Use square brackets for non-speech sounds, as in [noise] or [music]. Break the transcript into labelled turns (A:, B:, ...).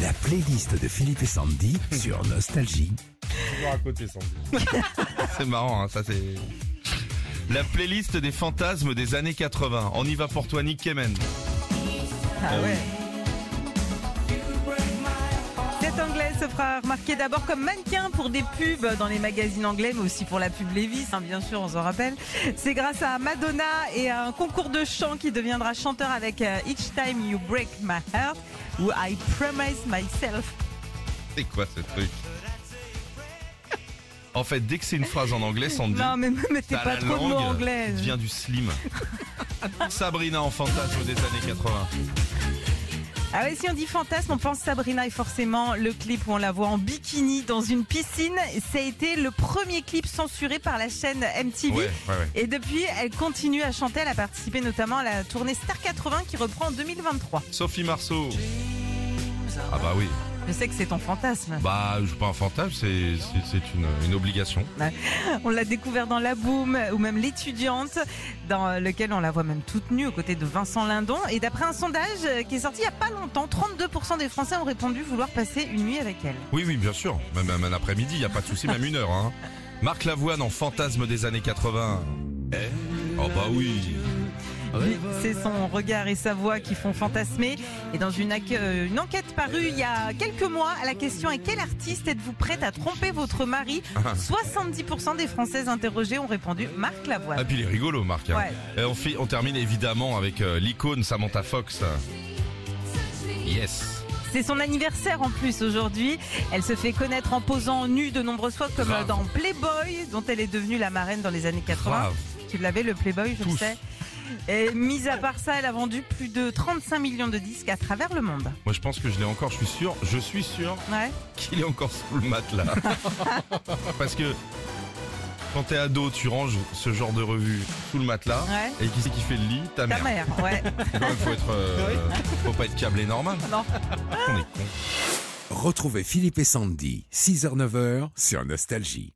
A: La playlist de Philippe et Sandy sur Nostalgie.
B: Toujours à côté, Sandy.
C: [laughs] C'est marrant, hein, ça c'est... La playlist des fantasmes des années 80. On y va pour toi, Nick Kemen.
D: Ah ouais. Cette anglaise se fera remarquer d'abord comme mannequin pour des pubs dans les magazines anglais, mais aussi pour la pub Levis, hein, bien sûr, on s'en rappelle. C'est grâce à Madonna et à un concours de chant qui deviendra chanteur avec euh, Each Time You Break My Heart ou I Promise Myself.
C: C'est quoi ce truc En fait, dès que c'est une phrase en anglais, Sandy,
D: Non, mais me mettez
C: t'as
D: pas
C: Mhm. la
D: trop de
C: langue
D: mots anglais.
C: devient du
D: [laughs]
C: slim. Sabrina en fantasme des années 80.
D: Ah ouais, si on dit fantasme, on pense Sabrina et forcément le clip où on la voit en bikini dans une piscine. Ça a été le premier clip censuré par la chaîne MTV.
C: Ouais, ouais, ouais.
D: Et depuis, elle continue à chanter. Elle a participé notamment à la tournée Star 80 qui reprend en 2023.
C: Sophie Marceau. Ah bah oui.
D: Je sais que c'est ton fantasme.
C: Bah, je suis pas un fantasme, c'est, c'est, c'est une, une obligation.
D: [laughs] On l'a découvert dans La Boom ou même L'étudiante, dans euh, lequel on la voit même toute nue aux côtés de Vincent Lindon. Et d'après un sondage euh, qui est sorti il y a pas longtemps, 32% des Français ont répondu vouloir passer une nuit avec elle.
C: Oui, oui, bien sûr. Même, même un après-midi, il a pas de souci, même une heure. Hein. Marc Lavoine en fantasme des années 80. Oh bah oui.
D: Lui, C'est son regard et sa voix qui font fantasmer. Et dans une, ac- euh, une enquête parue il y a quelques mois à la question à quel artiste êtes-vous prête à tromper votre mari 70% des Françaises interrogées ont répondu Marc
C: Ah
D: Lavoine.
C: puis il est rigolo, Marc. hein.
D: Ouais.
C: Et on, fait, on termine évidemment avec euh, l'icône Samantha Fox. Yes.
D: C'est son anniversaire en plus aujourd'hui. Elle se fait connaître en posant nue de nombreuses fois comme
C: Grave.
D: euh, dans Playboy dont elle est devenue la marraine dans les années 80.
C: Grave.
D: Tu l'avais le Playboy, je le
C: Tous.
D: sais. Et mise à part ça, elle a vendu plus de 35 millions de disques à travers le monde.
C: Moi je pense que je l'ai encore, je suis sûr. Je suis sûr
D: Ouais.
C: qu'il est encore sous le
D: [laughs]
C: matelas. Parce que quand t'es ado, tu ranges ce genre de revue sous le matelas.
D: Ouais.
C: Et qui c'est qui fait le lit Ta,
D: Ta mère,
C: [laughs]
D: ouais.
C: Quand même, faut être,
D: [laughs]
C: euh, faut pas être câblé normal.
D: Non.
C: On est con.
A: Retrouvez Philippe et Sandy, 6h-9h sur Nostalgie.